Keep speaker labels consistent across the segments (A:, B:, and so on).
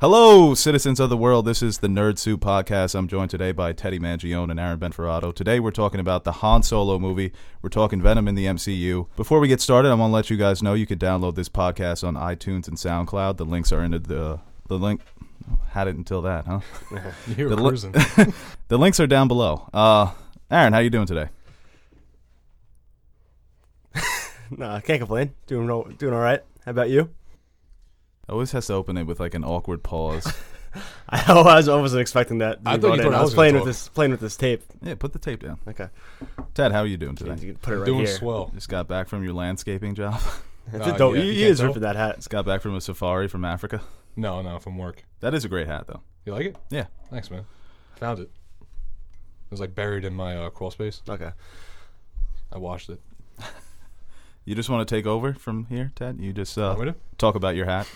A: Hello, citizens of the world. This is the Nerd Soup Podcast. I'm joined today by Teddy Mangione and Aaron Benferrato. Today we're talking about the Han Solo movie. We're talking Venom in the MCU. Before we get started, I want to let you guys know you could download this podcast on iTunes and SoundCloud. The links are in the the link. Had it until that, huh?
B: You're
A: The li-
B: cruising.
A: The links are down below. Uh, Aaron, how you doing today?
C: No, I can't complain. Doing all, doing all right. How about you?
A: I always has to open it with like an awkward pause.
C: I, was I wasn't expecting that.
B: I
C: be
B: thought you
C: brought
B: thought
C: in.
B: I
C: I
B: was
C: was
B: gonna
C: playing with
B: talk.
C: this playing with this tape.
A: yeah, put the tape down.
C: Okay,
A: Ted, how are you doing
C: you
A: today?
C: can put it right
B: Doing
C: here.
B: swell.
A: Just got back from your landscaping job.
C: That's
B: Uh,
C: a dope.
B: yeah,
C: you
B: you
C: you
B: can't
C: is
B: tell?
C: ripping that hat.
A: Just got back from a safari from Africa.
B: No, no, from work.
A: That is a great hat, though.
B: You like it?
A: Yeah.
B: Thanks, man. Found it. It was like buried in my uh, crawl space.
C: Okay.
B: I washed it.
A: You just want to take over from here, Ted? You just uh,
B: Want me to?
A: talk about your hat.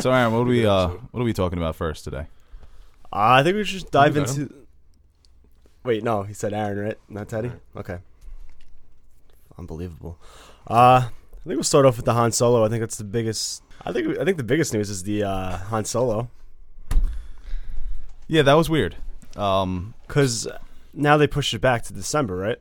A: so, Aaron, what are we uh, what are we talking about first today?
C: Uh, I think we should just dive
B: got him.
C: into. Wait, no, he said Aaron, right? Not Teddy. Okay. Unbelievable. Uh, I think we'll start off with the Han Solo. I think that's the biggest. I think I think the biggest news is the uh, Han Solo
A: Yeah, that was weird. Um,
C: because now they pushed it back to December, right?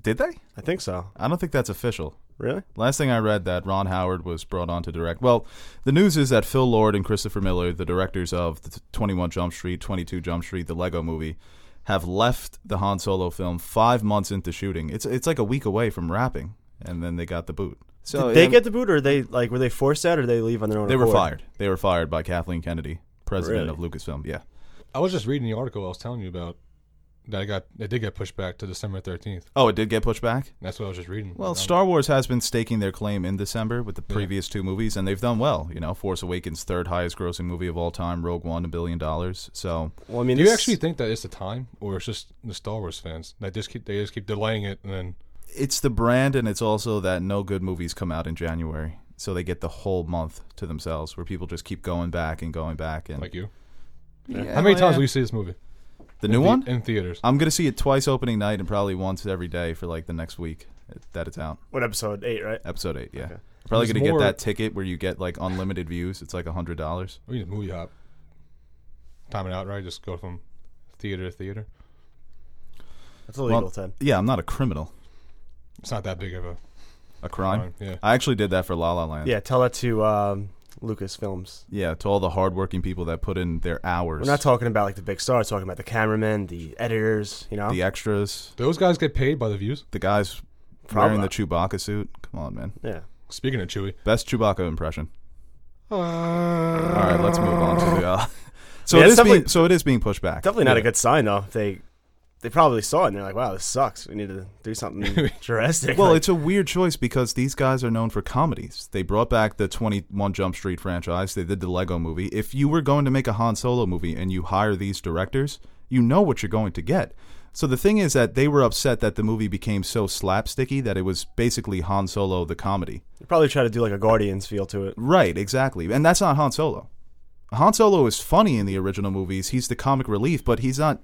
A: did they?
C: I think so.
A: I don't think that's official.
C: Really?
A: Last thing I read that Ron Howard was brought on to direct. Well, the news is that Phil Lord and Christopher Miller, the directors of the 21 Jump Street, 22 Jump Street, the Lego Movie, have left the Han Solo film five months into shooting. It's it's like a week away from wrapping, and then they got the boot. So
C: Did they
A: Oh, yeah,
C: get the boot, or they like were they forced out, or they leave on their own?
A: they were
C: accord?
A: fired. They were fired by Kathleen Kennedy, president
C: Really?
A: of Lucasfilm. Yeah,
B: I was just reading the article I was telling you about that I got. It did get pushed back to December 13th.
A: Oh, it did get pushed back?
B: That's what I was just reading.
A: Well,
B: Um,
A: Star Wars has been staking their claim in December with the previous two movies, and they've done well. You know, Force Awakens, third highest grossing movie of all time, Rogue One, a billion dollars. So,
C: Well, I mean,
B: Do you
C: this-
B: actually think that it's the time, or it's just the Star Wars fans that just keep they just keep delaying it and then
A: it's the brand, and it's also that no good movies come out in January. So they get the whole month to themselves where people just keep going back and going back. And
B: like you?
A: Yeah,
B: How many
A: well,
B: times
A: yeah.
B: will you see this movie?
A: The new one?
B: in theaters.
A: I'm going to see it twice opening night and probably once every day for like the next week that it's out.
C: what episode eight, right?
A: Episode 8, yeah. Probably
B: There's
A: going to get
B: more-
A: that ticket where you get like unlimited views. It's like a $100.
B: We need a movie hop. Time it out, right? Just go from theater to theater.
C: That's illegal,
A: Well-
C: Ted.
A: Yeah, I'm not a criminal.
B: It's not that big of a
A: A crime.
B: crime. Yeah.
A: I actually did that for La La Land.
C: Yeah, tell that to um, Lucas Films.
A: Yeah, to all the hardworking people that put in their hours.
C: We're not talking about like the big stars. Talking about the cameramen, the editors. You know,
A: the extras,
B: Those guys get paid by the views.
A: the guys
C: Probably
A: wearing the
C: not.
A: Chewbacca suit. Come on, man.
C: yeah.
B: Speaking of Chewy,
A: Best Chewbacca impression. All right, let's move on to the. Uh, so
C: Yeah,
A: it
C: it's
A: is being
C: definitely-
A: so it is being pushed back.
C: Definitely not
B: Yeah.
C: a good sign though. If they they probably saw it and they're like, "Wow, this sucks. We need to do something drastic."
A: Well,
C: Like,
A: it's a weird choice because these guys are known for comedies. They brought back the 21 Jump Street franchise. They did the Lego movie. If you were going to make a Han Solo movie and you hire these directors, you know what you're going to get. So the thing is that they were upset that the movie became so slapsticky that it was basically Han Solo the comedy.
C: they probably try to do like a Guardians feel to it.
A: Right, exactly. And that's not Han Solo. Han Solo is funny in the original movies. He's the comic relief, but he's not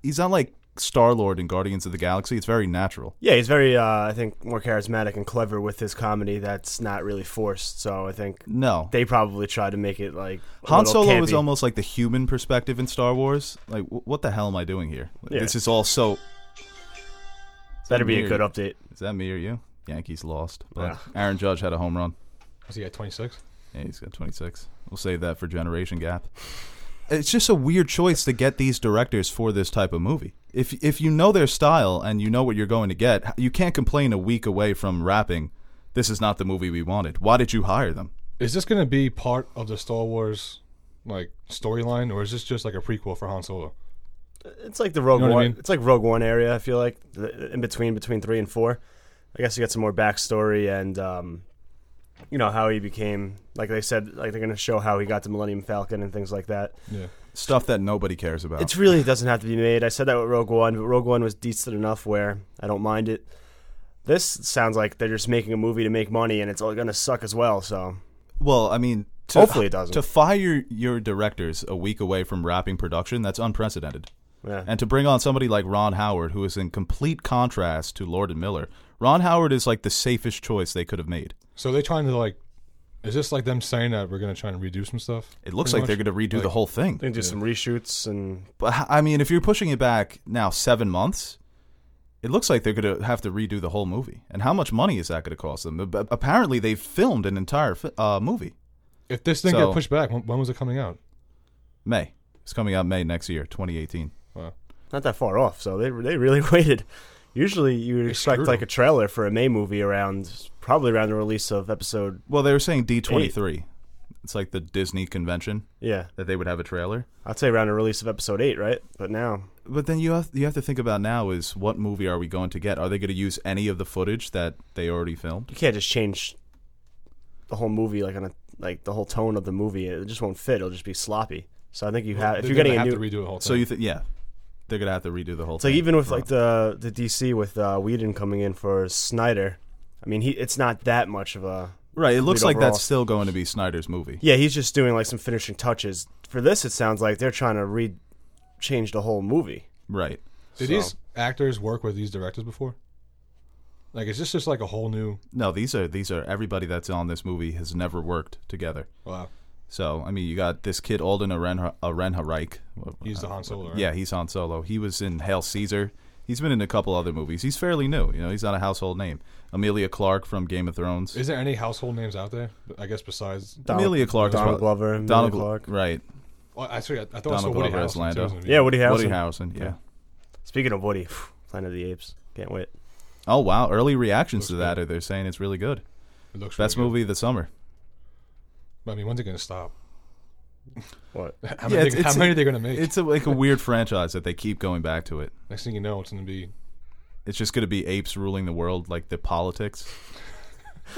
A: he's not like Star-Lord in Guardians of the Galaxy. It's very natural.
C: Yeah, he's very, uh, I think, more charismatic and clever with his comedy. That's not really forced. So I think
A: No.
C: they probably tried to make it like a
A: Han
C: little
A: Solo is
C: campy.
A: almost like the human perspective in Star Wars. Like, w- what the hell am I doing here? Like,
C: Yeah.
A: This is all so. Is
C: That'd be a
A: me
C: good
A: or-
C: update.
A: Is that me or you? Yankees lost, but
C: Yeah.
A: Aaron Judge had a home run.
B: was he at 26?
A: Yeah, he's got 26. We'll save that for Generation Gap. It's just a weird choice to get these directors for this type of movie. If if you know their style and you know what you're going to get, you can't complain a week away from rapping. This is not the movie we wanted. Why did you hire them?
B: Is this going to be part of the Star Wars like storyline, or is this just like a prequel for Han Solo?
C: It's like the Rogue
B: You know what I
C: One.
B: mean?
C: It's like Rogue One area. I feel like the- in between between three and four. I guess you get some more backstory and um, you know how he became. Like they said, like they're gonna show how he got the Millennium Falcon and things like that.
B: Yeah.
A: Stuff that nobody cares
B: Oh.
A: about.
C: It really doesn't have to be made. I said that with Rogue One, but Rogue One was decent enough where I don't mind it. This sounds like they're just making a movie to make money, and it's all gonna suck as well. So
A: well, I mean, to,
C: Hopefully it doesn't.
A: To fire your directors a week away from rapping production, that's unprecedented.
C: yeah.
A: And to bring on somebody like Ron Howard, who is in complete contrast to Lord and Miller, Ron Howard is like the safest choice they could have made.
B: So they're trying to like Is this like them saying that we're gonna try and redo some stuff?
A: It looks
B: Pretty
A: like they're
B: much?
A: going to redo the
B: Like-
A: whole thing.
C: They can do some reshoots and
A: But h- I mean, if you're pushing it back now seven months, it looks like they're going to have to redo the whole movie. And how much money is that going to cost them? Ab- ab- Apparently, they've filmed an entire fi- uh, movie.
B: If this thing
A: So-
B: got pushed back, when, when was it coming out?
A: May. It's coming out May next year, 2018.
B: Wow.
C: not that far off. So they they really waited. Usually you would expect
B: screwed
C: like
B: 'em.
C: a trailer for a May movie around probably around the release of episode
A: Well, they were saying D23. It's like the Disney convention
C: yeah
A: that they would have a trailer.
C: I'd say around the release of episode eight right but now
A: But then you have you have to think about now is what movie are we going to get? Are they going to use any of the footage that they already filmed?
C: you can't just change the whole movie like on a like the whole tone of the movie it just won't fit it'll just be sloppy so I think you have if
B: They're
C: you're
B: gonna
C: getting a
B: have
C: new
B: to redo the whole thing.
A: So you think yeah, they're going to have to redo the whole
C: it's
A: thing.
C: like even with like the the DC with uh, Whedon coming in for Snyder I mean he it's not that much of a
A: right, it looks
C: complete
A: like
C: overall.
A: that's still going to be Snyder's movie.
C: Yeah, he's just doing like some finishing touches. For this, it sounds like they're trying to re change the whole movie.
A: Right.
B: Did
C: So-
B: these actors work with these directors before? Like, is this just like a whole new?
A: No, these are these are everybody that's on this movie has never worked together.
B: Wow,
A: So I mean, you got this kid Alden Arenha, Arenha Reich.
B: he's the Han Solo. Right?
A: Yeah, he's on Solo. He was in Hail Caesar. He's been in a couple other movies. He's fairly new. You know, he's not a household name. Amelia Clark from Game of Thrones.
B: Is there any household names out there? I guess besides,
A: Amelia Clark. is
C: Donald
A: one-
C: Glover, Amelia
A: Donald Glo-
C: Clark.
A: Right.
B: well, actually, I, I thought I saw
A: Donald
B: Woody
A: Glover as
B: Harrelson. too,
A: Lando.
B: was in the
C: Yeah, Woody Harrelson.
A: Woody Harrelson. Yeah.
B: Yeah.
C: Speaking of Woody, Planet of the Apes, can't wait.
A: Oh wow! Early reactions
B: Looks
A: to that are they're saying it's really good.
B: It looks
A: Best
B: really good.
A: movie of the summer.
B: But, I mean, when's it gonna stop?
C: What?
A: Yeah,
B: How many,
A: it's-
B: they- how
A: it's-
B: many are they gonna make?
A: It's a, like a weird franchise that they keep going back to it.
B: Next thing you know, it's gonna be
A: It's just gonna be apes ruling the world, like the politics,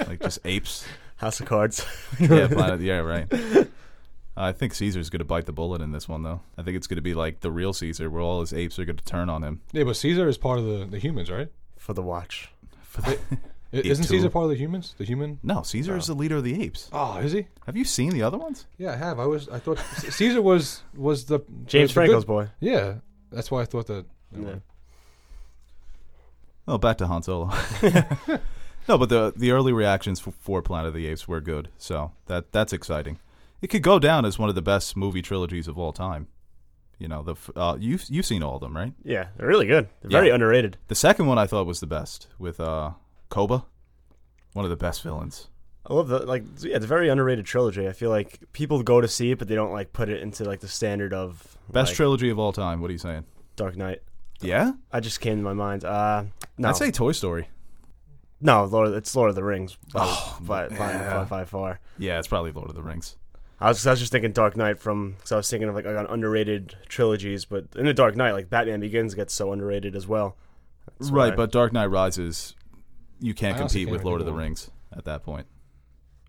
A: like just apes.
C: House of Cards.
A: yeah, planet. Yeah, right. I think Caesar's going to bite the bullet in this one, though. I think it's going to be like the real Caesar, where all his apes are going to turn on him.
B: yeah. But Caesar is part of the, the humans, right?
C: for the watch.
B: I- Isn't
A: too.
B: Caesar part of the humans? The human?
A: No, Caesar is the leader of the apes.
B: Oh, is he?
A: Have you seen the other ones?
B: Yeah, I have. I was. I thought C- Caesar was was the
C: James
B: the- the
C: Franco's
B: good-
C: boy.
B: Yeah, that's why I thought that. that one.
A: Oh, back to Han Solo. no, but the the early reactions for, for Planet of the Apes were good, so that that's exciting. It could go down as one of the best movie trilogies of all time. You know, the f- uh, you've you've seen all of them, right?
C: Yeah, they're really good. They're
A: Yeah.
C: very underrated.
A: The second one I thought was the best with uh, Koba, one of the best villains.
C: I love the like. Yeah, it's a very underrated trilogy. I feel like people go to see it, but they don't like put it into like the standard of
A: Best
C: like,
A: trilogy of all time. What are you saying?
C: Dark Knight.
A: Yeah,
C: I just came to my mind. Uh, no,
A: I'd say Toy Story.
C: no. Lord, it's Lord of the Rings. By, by,
A: yeah.
C: by, by far.
A: Yeah, it's probably Lord of the Rings.
C: I was, I was just thinking Dark Knight from because I was thinking of like, like on underrated trilogies, but in the Dark Knight, like Batman Begins gets so underrated as well. That's
A: right,
C: why-
A: but Dark Knight Rises, you can't
B: I honestly
A: compete
B: can't
A: with Lord of the
B: remember.
A: Rings at that point.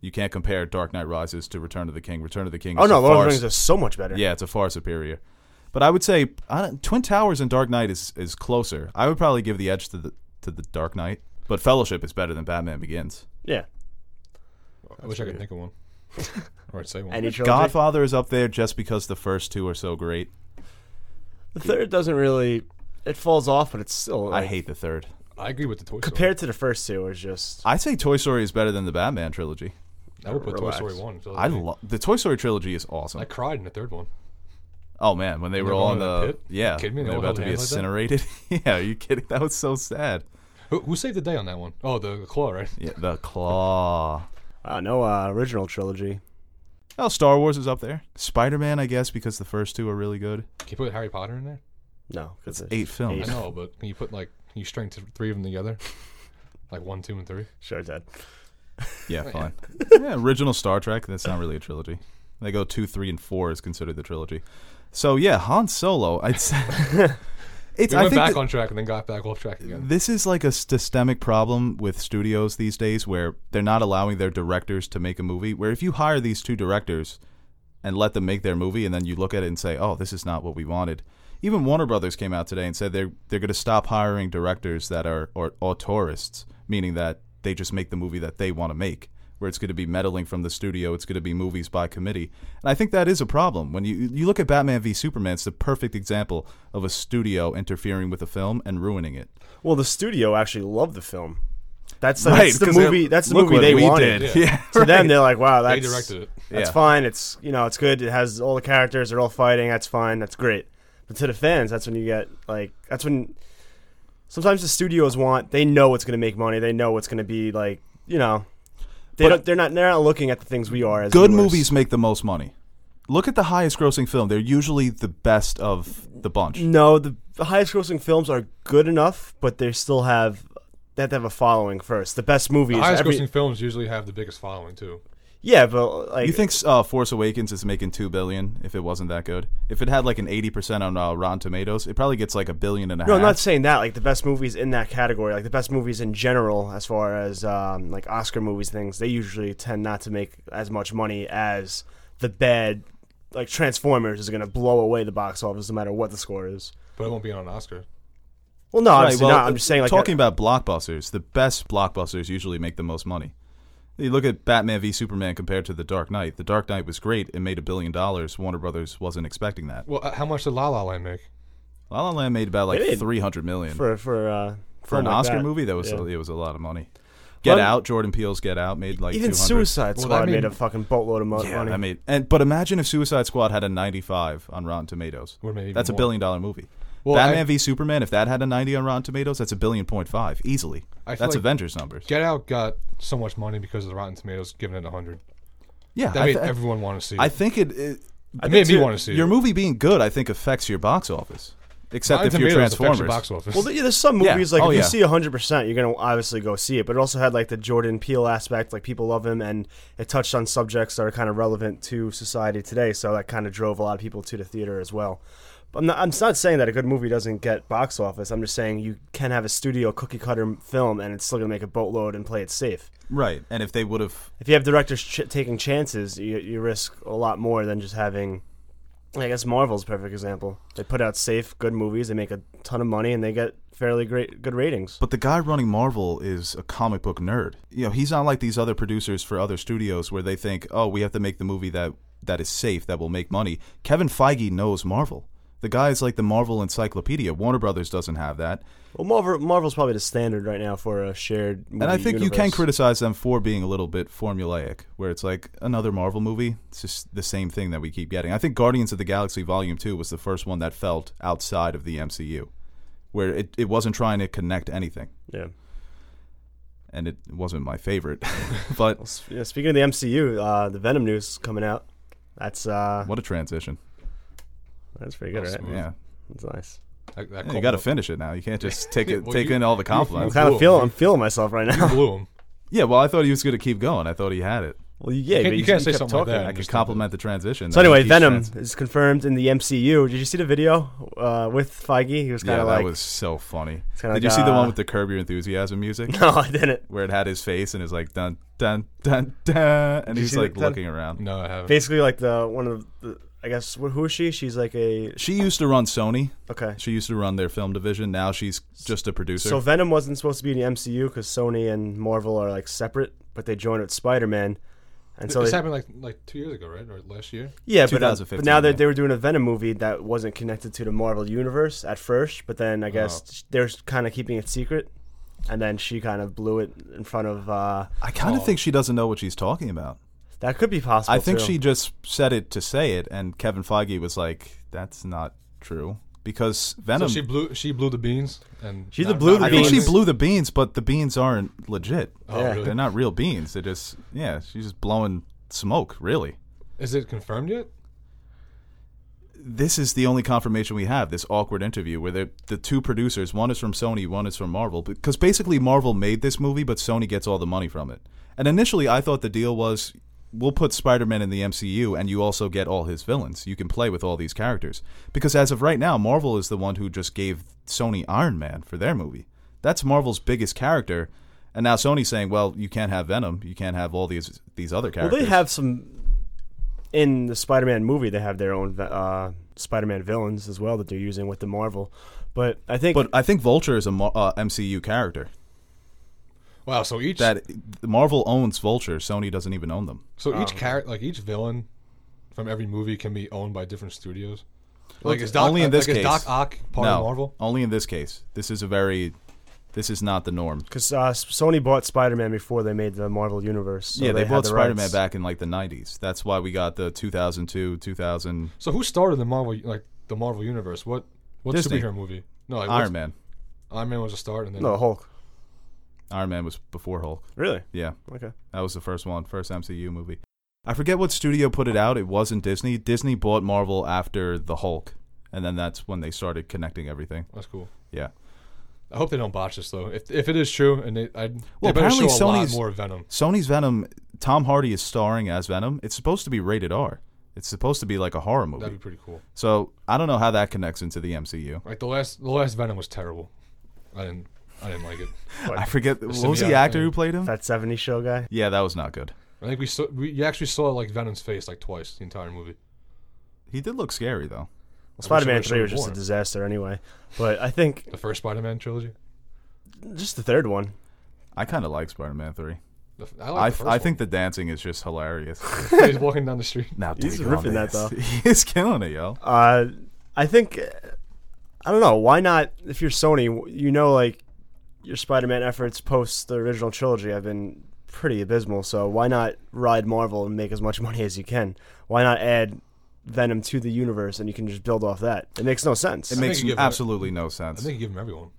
A: You can't compare Dark Knight Rises to Return of the King. Return of the King.
C: oh
A: is
C: no,
A: a
C: Lord
A: far
C: of the Rings is so much better.
A: Yeah, it's a far superior. But I would say I don't, Twin Towers and Dark Knight is is closer. I would probably give the edge to the to the Dark Knight, but Fellowship is better than Batman Begins.
C: yeah.
B: I wish I could think of one. All right, say one.
C: Any trilogy.
A: Godfather is up there just because the first two are so great.
C: The third doesn't really. It falls off, but it's still.
A: I
C: Like,
A: hate the third.
B: I agree with the Toy Story.
C: compared to the first two. It's just
A: I say Toy Story is better than the Batman trilogy.
B: I would put
C: Relax.
B: Toy Story one. so
A: I
B: that-
A: love the Toy Story trilogy is awesome.
B: I cried in the third one.
A: Oh man, when they were
B: they're
A: all in
B: going to
A: the
B: the pit?
A: yeah,
B: You kidding me?
A: when
B: They
A: they're
B: all
A: about
B: held
A: to be
B: hands like that?
A: incinerated. yeah, are you kidding? That was so sad.
B: Who, who saved the day on that one? Oh, the, the claw, right?
A: Yeah, the claw.
C: I don't know. Uh, original trilogy.
A: Oh, Star Wars is up there. Spider Man, I guess, because the first two are really good.
B: Can you put Harry Potter in there?
C: No, because
A: Eight films.
B: I know, but can you put like can you string th- three of them together, like one, two, and three?
C: Sure, Dad.
B: Oh,
A: Yeah, fine. yeah, original Star Trek. That's not really a trilogy. They go two, three, and four is considered the trilogy. So yeah, Han Solo. I'd say it's.
B: We
A: I
B: went
A: think
B: back
A: that-
B: on track and then got back off track again.
A: this is like a systemic problem with studios these days where they're not allowing their directors to make a movie where if you hire these two directors and let them make their movie and then you look at it and say oh this is not what we wanted even warner brothers came out today and said they're they're going to stop hiring directors that are or auteurists meaning that they just make the movie that they want to make where it's going to be meddling from the studio it's going to be movies by committee and i think that is a problem when you you look at batman v superman it's the perfect example of a studio interfering with a film and ruining it
C: Well, the studio actually loved the film. That's the, that's the
A: 'cause they're-
C: movie. That's the
A: look
C: movie
A: what
C: they
A: we
C: wanted.
A: Did.
B: Yeah.
A: Yeah,
C: To
A: right.
C: them, they're like, "Wow,
B: They
C: that's
B: directed it.
C: that's
A: Yeah.
C: fine. It's you know, it's good. It has all the characters. They're all fighting. That's fine. That's great." But to the fans, that's when you get like that's when sometimes the studios want they know what's going to make money. They know what's going to be like you know. They
A: But-
C: don't, they're not. They're not looking at the things we are as
A: Good
C: viewers.
A: movies make the most money. Look at the highest grossing film. They're usually the best of the bunch.
C: No, the, the highest grossing films are good enough, but they still have they have to have a following first. The best movies,
B: The highest
C: every-
B: grossing films usually have the biggest following too.
C: yeah, but like
A: You think uh, Force Awakens is making two billion? If it wasn't that good, if it had like an eighty percent on uh, Rotten Tomatoes, it probably gets like a billion and a half.
C: No, I'm not saying that. Like the best movies in that category, like the best movies in general, as far as um, like Oscar movies, things they usually tend not to make as much money as the bad. Like Transformers is going to blow away the box office no matter what the score is.
B: But it won't be on an Oscar.
C: Well, no,
A: Right,
C: obviously
A: well,
C: not. I'm just saying like
A: talking about blockbusters, the best blockbusters usually make the most money. You look at Batman v Superman compared to The Dark Knight. The Dark Knight was great; it made a billion dollars. Warner Brothers wasn't expecting that.
B: Well, uh, how much did La La Land make?
A: La La Land made about like
C: They did.
A: three hundred million for,
C: for for uh,
A: an
C: film like
A: Oscar
C: that.
A: movie. That was
C: Yeah.
A: it was a lot of money. Get
C: Well,
A: Out, Jordan Peele's Get Out made like
C: Even
A: 200.
C: Suicide
B: Well,
C: Squad
B: that
C: made
B: made-
C: a fucking boatload of mo-
A: Yeah,
C: money.
A: I mean, and but imagine if Suicide Squad had a 95 on Rotten Tomatoes.
B: Or maybe even
A: That's a
B: more.
A: billion dollar movie.
B: Well,
A: Batman
B: I-
A: v Superman, if that had a 90 on Rotten Tomatoes, that's a billion point five easily.
B: I
A: That's
B: feel like-
A: Avengers numbers.
B: Get Out got so much money because of the Rotten Tomatoes giving it 100.
A: Yeah,
B: That
A: I,
B: made
A: th-
B: everyone want to see it.
A: I think it, it
B: it made me
C: too-
B: want to see
A: your
B: it.
A: movie being good. I think affects your box office, except
B: Rotten
A: if you're
B: Tomatoes affects
A: Transformers.
B: your box office.
C: Well, th- there's some
A: Yeah.
C: movies like
A: Oh,
C: if you
A: yeah.
C: see 100, percent you're gonna obviously go see it. But it also had like the Jordan Peele aspect, like people love him, and it touched on subjects that are kind of relevant to society today. So that kind of drove a lot of people to the theater as well. But I'm not, I'm s- not saying that a good movie doesn't get box office. I'm just saying you can have a studio cookie cutter m- film, and it's still gonna make a boatload and play it safe.
A: Right, and if they would have,
C: If you have directors ch- taking chances, you, you risk a lot more than just having. I guess Marvel's a perfect example. They put out safe, good movies. They make a ton of money, and they get fairly great, good ratings.
A: but the guy running Marvel is a comic book nerd. You know, he's not like these other producers for other studios where they think, oh, we have to make the movie that that is safe, that will make money. Kevin Feige knows Marvel. The guy is like the Marvel encyclopedia. Warner Brothers doesn't have that.
C: Well, Marvel, Marvel's probably the standard right now for a shared. Movie
A: And I think you can
C: universe.
A: criticize them for being a little bit formulaic, where it's like another Marvel movie. It's just the same thing that we keep getting. I think Guardians of the Galaxy Volume 2 was the first one that felt outside of the MCU, where it, it wasn't trying to connect anything.
C: Yeah.
A: And it wasn't my favorite. but
C: Well, s- yeah, Speaking of the MCU, uh, the Venom news coming out. That's uh,
A: what a transition.
C: that's pretty good, right?
B: Awesome.
A: Yeah.
C: That's nice.
B: That- that
A: Yeah, you
B: called
A: got to
B: up.
A: finish it now. You can't just take it,
B: Well,
A: take
B: you-
A: in all the
B: you-
C: I'm
A: compliments.
C: kind of
B: cool.
C: feeling. I'm feeling myself right now.
B: You blew him.
A: Yeah, well, I thought he was going to keep going. I thought he had
B: Oh
A: it.
C: well,
B: You
C: yeah, but
B: can't- you can't say
C: kept
B: something like
C: talking.
B: that.
A: I
B: I'm
A: could
B: just-
A: compliment the transition.
C: So anyway,
A: Keeps
C: Venom
A: trans-
C: is confirmed in the MCU. Did you see the video uh, with Feige? He was
A: Yeah,
C: kind of
A: that
C: like,
A: was so funny.
C: It's
A: Did
C: kinda
A: you
C: like,
A: see the
C: uh,
A: one with the Curb Your Enthusiasm music?
C: "No, I didn't."
A: where it had his face and it was like dun dun dun dun, and
C: you
A: he's
C: see
A: like
C: that, Dan?
A: looking around.
B: No, I haven't.
C: Basically, like the one of the, I guess wh- who is she? She's like a
A: She used to run Sony.
C: okay.
A: She used to run their film division. Now she's just a producer.
C: So Venom wasn't supposed to be in the MCU because Sony and Marvel are like separate, but they joined with Spider Man, and so
B: this
C: they,
B: happened like like two years ago, right, or last year?
C: yeah, but, uh,
A: 2015,
C: but now
A: yeah.
C: that they were doing a Venom movie that wasn't connected to the Marvel universe at first, but then
A: Oh.
C: I guess sh- they're kind of keeping it secret, and then she kind of blew it in front of. Uh,
A: I kind of
B: Oh.
A: think she doesn't know what she's talking about.
C: that could be possible.
A: I think
C: too.
A: she just said it to say it, and Kevin Feige was like, "That's not true," because Venom.
B: So she blew she blew the beans and
C: She
B: not-
C: blew the
B: not
A: I think she
C: beans.
A: blew the beans, but the beans aren't legit.
B: Oh,
C: Yeah.
A: They're
B: really?
A: not real beans. They're just yeah. She's just blowing smoke, really.
B: Is it confirmed yet?
A: this is the only confirmation we have this awkward interview where the the two producers one is from Sony one is from Marvel because basically Marvel made this movie but Sony gets all the money from it and initially I thought the deal was we'll put Spider-Man in the MCU and you also get all his villains you can play with all these characters because as of right now Marvel is the one who just gave Sony Iron Man for their movie that's Marvel's biggest character and now Sony's saying well you can't have Venom you can't have all these these other
C: Well,
A: characters
C: they have some in the Spider-Man movie. They have their own uh, Spider-Man villains as well that they're using with the Marvel, but I think
A: but I think Vulture is a Mar- uh, MCU character
B: Wow. So each
A: that Marvel owns Vulture, Sony doesn't even own them.
B: so each character like each villain from every movie can be owned by different studios. Like
A: it's
B: is Doc uh,
A: only in
B: like,
A: this
B: is Doc
A: case.
B: Ock part
A: no,
B: of Marvel?
A: only in this case. This is a very This is not the norm.
C: Because uh, S- Sony bought Spider Man before they made the Marvel Universe. so
A: yeah, they,
C: had
A: bought
C: the
A: Spider Man
C: rights.
A: back in like the 90s. That's why we got the 2002, 2000
B: So who started the Marvel like the Marvel universe? What what
A: Disney.
B: superhero movie? No, like, what's-
A: Iron Man.
B: Iron Man was a start, and then
C: No, Hulk.
A: Iron Man was before Hulk.
C: Really?
A: Yeah,
C: Okay.
A: that was the first one, first MCU movie. I forget what studio put it out. It wasn't Disney. Disney bought Marvel after the Hulk, and then that's when they started connecting everything.
B: that's cool.
A: Yeah.
B: I hope they don't botch this though. If, if it is true, and they I
A: Well,
B: they better show
A: apparently
B: a lot
A: Sony's-
B: more Venom.
A: Sony's Venom, Tom Hardy is starring as Venom. It's supposed to be rated R. It's supposed to be like a horror
B: That'd be
A: movie.
B: pretty cool.
A: So I don't know how that connects into the MCU.
B: Like the last the last Venom was terrible. I didn't I didn't like it.
A: I forget what
B: symbiote
A: was the actor
B: thing.
A: who played him.
C: That 70 show guy?
A: Yeah, that was not good.
B: I think we saw we you actually saw like Venom's face like twice the entire movie.
A: He did look scary though.
C: Well, Spider Man
B: wish I
C: 3
B: was
C: was just a
B: born.
C: disaster anyway. But I think
B: The first Spider-Man trilogy.
C: just the third one.
A: I kind of like Spider-Man Three.
B: The f- I,
A: I,
B: like the first
A: I think the dancing is just hilarious.
B: one. he's walking down the street.
A: now
C: He's
A: dig
C: ripping
A: on
C: that,
A: this.
C: though.
A: He's killing it, yo.
C: Uh, I think, I don't know, why not? If you're Sony, you know, like, your Spider Man efforts post the original trilogy have been pretty abysmal, so why not ride Marvel and make as much money as you can? Why not add Venom to the universe and you can just build off that? It makes no sense.
A: It makes
B: you give it-
A: absolutely no
B: I
A: sense.
B: think you give him everyone.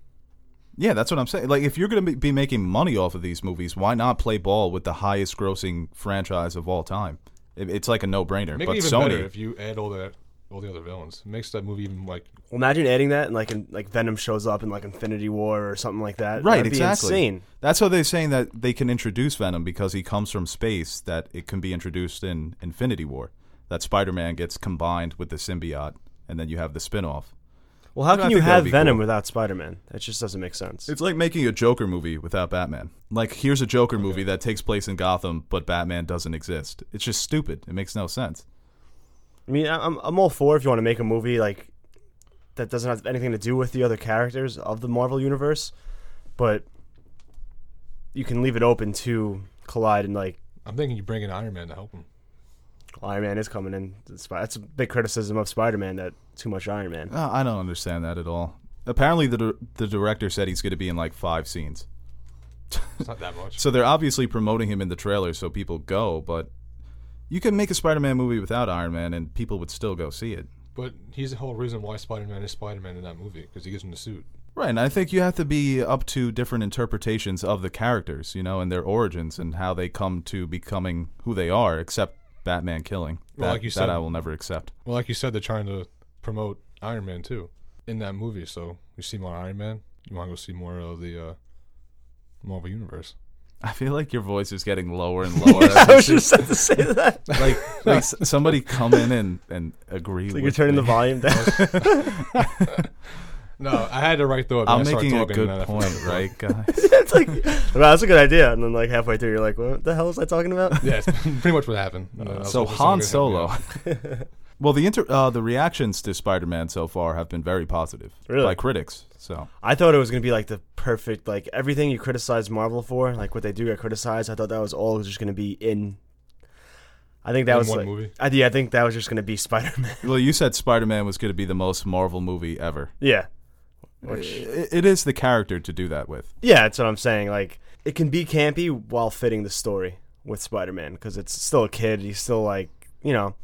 A: Yeah, that's what I'm saying. Like, if you're going to be making money off of these movies, why not play ball with the highest grossing franchise of all time? It, it's like a no brainer.
B: Make
A: But
B: it even
A: Sony,
B: better if you add all that all the other villains. It makes that movie even like
C: Well, imagine adding that and like in, like Venom shows up in like Infinity War or something like that.
A: right?
C: That'd be
A: exactly.
C: insane.
A: That's how they're saying that they can introduce Venom because he comes from space. That it can be introduced in Infinity War. That Spider-Man gets combined with the symbiote, and then you have the spin-off.
C: Well, how
A: No, I
C: can you
A: think that would
C: have
A: be
C: Venom
A: cool.
C: without Spider Man? That just doesn't make sense.
A: It's like making a Joker movie without Batman. Like, here's a Joker movie that takes place in Gotham, but Batman doesn't exist. It's just stupid. It makes no sense.
C: I mean, I- I'm I'm all for if you want to make a movie like that doesn't have anything to do with the other characters of the Marvel universe, but you can leave it open to collide and like
B: I'm thinking you bring in Iron Man to help him.
C: Iron Man is coming in. That's fi- that's a big criticism of Spider Man that too much Iron Man.
A: Uh, I don't understand that at all. Apparently, the dir- the director said he's going to be in like five scenes.
B: It's not that much.
A: So they're obviously promoting him in the trailer so people go, but you can make a Spider-Man movie without Iron Man and people would still go see it.
B: But he's the whole reason why Spider-Man is Spider-Man in that movie because he gives him the suit.
A: Right, and I think you have to be up to different interpretations of the characters, you know, and their origins and how they come to becoming who they are, except Batman killing.
B: Well,
A: that,
B: like you
A: that
B: said-
A: I will never accept.
B: Well, like you said, they're trying to promote Iron Man too in that movie. So you see more Iron Man, you want to go see more of the uh, Marvel universe.
A: I feel like your voice is getting lower and lower.
C: I was just about to say that. Like
A: like, like s- somebody come in and, and agree with
C: you're turning
A: me.
C: the volume down.
B: No, I had to write though.
A: I'm making a good point, right, guys?
C: it's like "Well, that's a good idea, and then like halfway through you're like, what the hell was I talking about?
B: Yeah, it's pretty much what happened. And then I was
A: Uh, so
B: hoping someone
A: Han
B: could help me
A: Solo.
B: out.
A: well, the inter- uh, the reactions to Spider-Man so far have been very positive
C: Really?
A: by critics. So
C: I thought it was gonna be like the perfect like everything you criticize Marvel for, like what they do get criticized. I thought that was all just gonna be in. I think that
B: In
C: was
B: one
C: like,
B: movie?
C: I, yeah, I think that was just gonna be Spider Man.
A: well, you said Spider-Man was going to be the most Marvel movie ever.
C: yeah,
A: I
C: which
A: it is the character to do that with.
C: yeah, that's what I'm saying. Like it can be campy while fitting the story with Spider Man because it's still a kid. He's still like you know,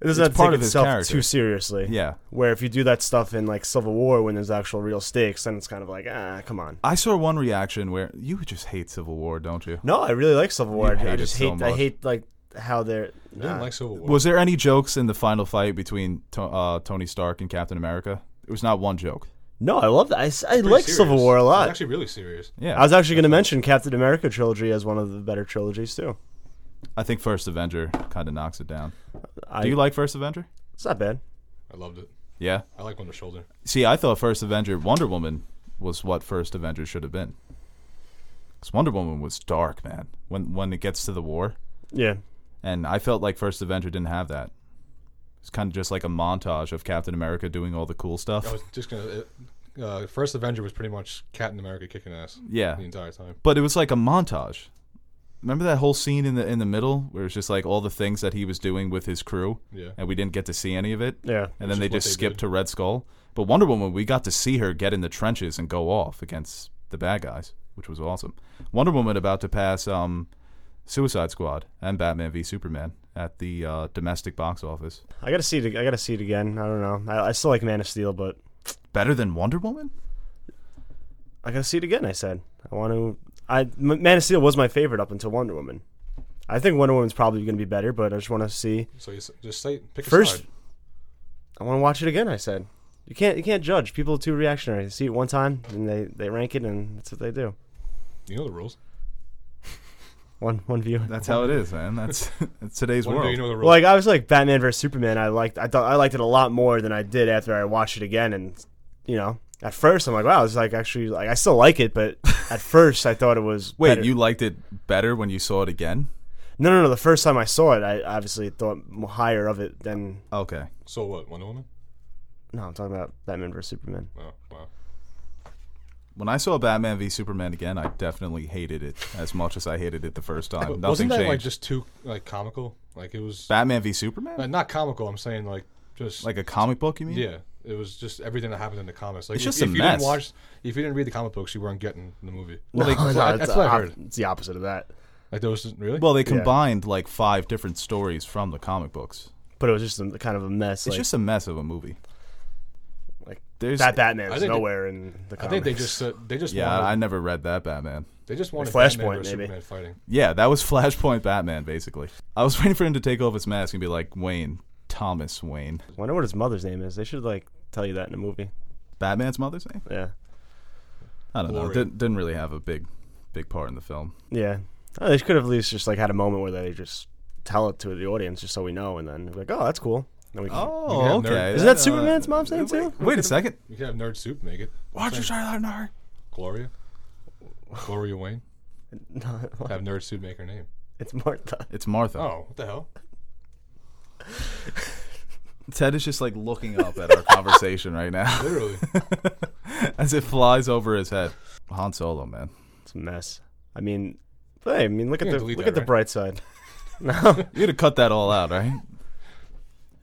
C: it doesn't
A: It's
C: have to
A: part
C: take
A: of his
C: itself
A: character.
C: too seriously.
A: Yeah.
C: Where if you do that stuff in like Civil War when there's actual real stakes, then it's kind of like ah, come on.
A: I saw one reaction where you just hate Civil War, don't you?
C: No, I really like Civil War.
A: You hate
C: I
A: it
C: just
A: so
C: hate. I
A: much.
C: hate like how they're.
B: I didn't
C: nah.
B: like Civil War.
A: Was there any jokes in the final fight between to- uh, Tony Stark and Captain America? It was not one joke.
C: No, I love that. I, s- I
B: Pretty
C: like Civil
B: serious.
C: War a
B: It was
C: lot.
B: Actually, really serious.
A: Yeah,
C: I was actually going to mention Captain America trilogy as one of the better trilogies too.
A: I think First Avenger kind of knocks it down.
C: I,
A: Do you like First Avenger?
C: It's not bad.
B: I loved it.
A: Yeah.
B: I like on the shoulder.
A: See, I thought First Avenger Wonder Woman was what First Avenger should have been. Because Wonder Woman was dark, man. When when it gets to the war,
C: Yeah,
A: and I felt like First Avenger didn't have that. It's kind of just like a montage of Captain America doing all the cool stuff.
B: I was just gonna. uh, Uh, First Avenger was pretty much Captain America kicking ass
A: yeah,
B: the entire time.
A: but it was like a montage. Remember that whole scene in the in the middle where it's just like all the things that he was doing with his crew,
B: Yeah.
A: and we didn't get to see any of it,
C: yeah.
A: and then
B: Which
A: they
B: is what
A: just
B: they
A: skipped
B: did.
A: to Red Skull. But Wonder Woman, we got to see her get in the trenches and go off against the bad guys, which was awesome. Wonder Woman about to pass um, Suicide Squad and Batman v Superman at the uh, domestic box office.
C: I gotta see it. I gotta see it again. I don't know. I, I still like Man of Steel, but
A: Better than Wonder Woman?
C: I gotta see it again. I said I want to. I M- Man of Steel was my favorite up until Wonder Woman. I think Wonder Woman's probably gonna be better, but I just want to see.
B: So you s- just say pick a
C: First-
B: side.
C: I want to watch it again. I said you can't. You can't judge. People are too reactionary. They see it one time and they they rank it, and that's what they do.
B: You know the rules.
C: One one view.
A: That's how it is, man. That's, that's today's
B: One day
A: world.
B: you know the rules.
C: Well, like I was like Batman versus Superman. I liked. I thought I liked it a lot more than I did after I watched it again. And you know, at first I'm like, wow, it's like actually like I still like it, but at first I thought it was.
A: Wait,
C: better.
A: you liked it better when you saw it again?
C: No, no, no. The first time I saw it, I obviously thought m- higher of it than.
A: Okay.
B: so what? Wonder Woman?
C: No, I'm talking about Batman versus Superman.
B: Oh, wow.
A: When I saw Batman v Superman again, I definitely hated it as much as I hated it the first time. Nothing
B: Wasn't that
A: changed.
B: like just too like comical? Like it was
A: Batman v Superman?
B: like, not comical. I'm saying like just
A: Like a comic book, you mean?
B: yeah. It was just everything that happened in the comics. Like
A: It's
B: if,
A: just a
B: if you
A: mess.
B: didn't watch, if you didn't read the comic books, you weren't getting the movie.
C: no,
B: like, that's
C: no,
B: what I-
C: it's,
B: that's what I
C: op-
B: heard.
C: it's the opposite of that.
B: Like there was really
A: Well, they combined like five different stories from the comic books.
C: But it was just a, kind of a mess.
A: It's
C: like,
A: just a mess of a movie.
C: Like,
A: there's
C: that Batman
B: I
C: is
B: think they-
C: nowhere in the
B: I
C: comics.
B: think they just uh, they just
A: Yeah,
B: wanted,
A: I never read that Batman.
B: they just wanted
C: Flashpoint,
B: Batman versus
C: maybe.
B: Superman fighting.
A: Yeah, that was Flashpoint Batman basically. I was waiting for him to take off his mask and be like Wayne Thomas Wayne.
C: I wonder what his mother's name is. They should like tell you that in a movie.
A: Batman's mother's name?
C: Yeah,
A: I don't know.
B: Gloria.
A: Didn't, didn't really have a big big part in the film.
C: yeah. Oh, they could have at least just like had a moment where they just tell it to the audience, just so we know, and then be like, oh, that's cool. And we can,
B: You can
A: Oh,
B: have
A: okay.
B: nerd-
C: Isn't that
A: uh,
C: Superman's mom's name, too?
A: Wait a second.
B: You could have Nerd Soup make it.
A: Why don't you try that nerd?
B: Gloria, Gloria Wayne.
C: no,
B: Have Nerd Soup make her name.
C: it's Martha.
A: It's Martha.
B: Oh, what the hell?
A: Ted is just like looking up at our conversation right now
B: Literally.
A: as it flies over his head. Han Solo, man.
C: It's a mess. I mean, but, hey, I mean, look
B: You
C: at
B: can
C: the
B: delete
C: look
B: that,
C: at the
B: right?
C: bright side. no,
A: You gotta cut that all out, right?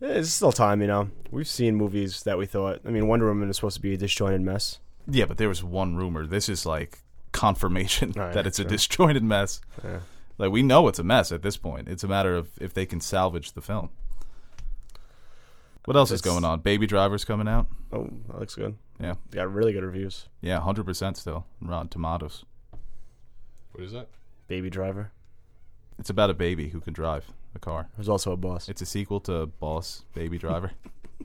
C: It's still time, you know. We've seen movies that we thought. I mean, Wonder Woman is supposed to be a disjointed mess.
A: Yeah, but there was one rumor. This is like confirmation
C: Oh, yeah,
A: that it's a
C: true.
A: disjointed mess.
C: Yeah.
A: Like we know it's a mess at this point. It's a matter of if they can salvage the film. What else is
C: It's-
A: going on? Baby Driver's coming out.
C: Oh, that looks good.
A: Yeah.
C: It got really good reviews.
A: Yeah, hundred percent still. on Rotten Tomatoes.
B: what is that?
C: Baby Driver.
A: It's about a baby who can drive a car.
C: There's also a boss.
A: It's a sequel to Boss Baby Driver.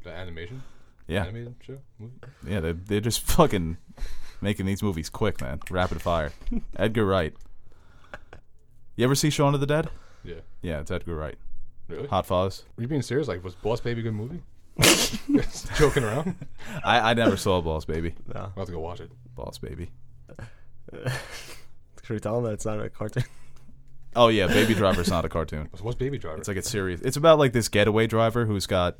B: The animation?
A: yeah,
B: Animated show? Movie?
A: yeah. They're, they're just fucking making these movies quick, man. Rapid fire. Edgar Wright. You ever see Shaun of the Dead?
B: Yeah.
A: Yeah, it's Edgar Wright.
B: Really?
A: Hot Fuzz.
B: Were you being serious? Like, was Boss Baby a good movie? Just joking around?
A: I, I never saw Boss Baby.
C: No.
B: I'll have to go watch it.
A: Boss Baby.
C: Should we tell them that it's not a cartoon?
A: Oh yeah, Baby Driver's not a cartoon.
B: So what's Baby Driver?
A: It's like a serious. It's about like this getaway driver who's got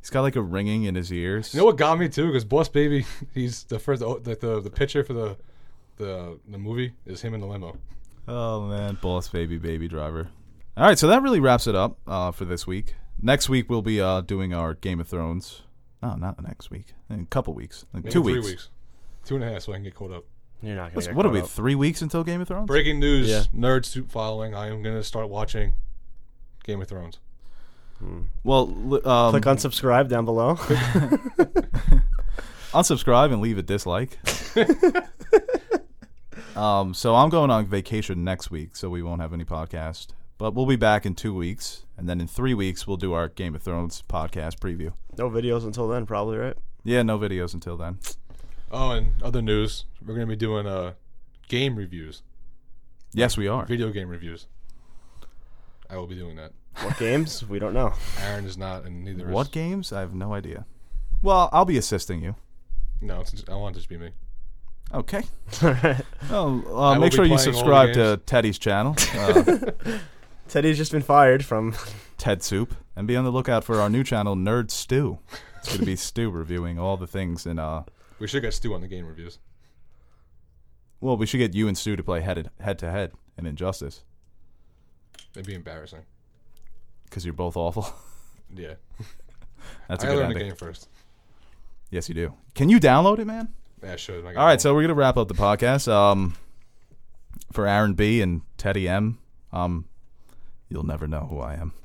A: he's got like a ringing in his ears.
B: you know what got me too? Because Boss Baby, he's the first, oh, like the, the picture for the, the the movie is him in the limo.
A: Oh man, Boss Baby Baby Driver. All right, so that really wraps it up uh, for this week. Next week we'll be uh, doing our Game of Thrones. No, not next week. In a couple weeks. In
B: Maybe
A: two
B: three
A: weeks.
B: weeks. Two and a half so I can get caught up.
C: You're not
A: What's-
C: gonna.
A: what are we? Three weeks until Game of Thrones.
B: Breaking news.
C: Yeah.
B: Nerd soup following. I am going to start watching Game of Thrones.
A: Well, li- um,
C: Hmm. Click unsubscribe down below.
A: unsubscribe and leave a dislike. um, so I'm going on vacation next week, so we won't have any podcast. But we'll be back in two weeks, and then in three weeks we'll do our Game of Thrones podcast preview.
C: no videos until then, probably right.
A: Yeah, no videos until then.
B: Oh, and other news. We're going to be doing uh, game reviews,
A: Yes, we are.
B: video game reviews. I will be doing that.
C: What games? We don't know.
B: Aaron is not, and neither is.
A: What games? I have no idea. Well, I'll be assisting you.
B: No, it's, I want it to just be me.
A: Okay.
C: Teddy's
A: Oh,
B: I
A: uh,
B: will
A: make
B: be
A: sure you
B: playing all the
A: subscribe to Teddy's channel, uh,
C: just been fired from.
A: Ted Soup, and be on the lookout for our new channel, Nerd Stew. It's going to be Stew reviewing all the things in uh,
B: We should get Stu on the game reviews.
A: Well, we should get you and Stu to play head head to head in Injustice
B: It'd be embarrassing.
A: because you're both awful.
B: Yeah,
A: That's a
B: I
A: good
B: learned the
A: ending.
B: game first.
A: Yes, you do. Can you download it, man?
B: Yeah, I should. I got
A: All right,
B: one.
A: so we're gonna wrap up the podcast. Um, for Aaron B and Teddy M, um, you'll never know who I am.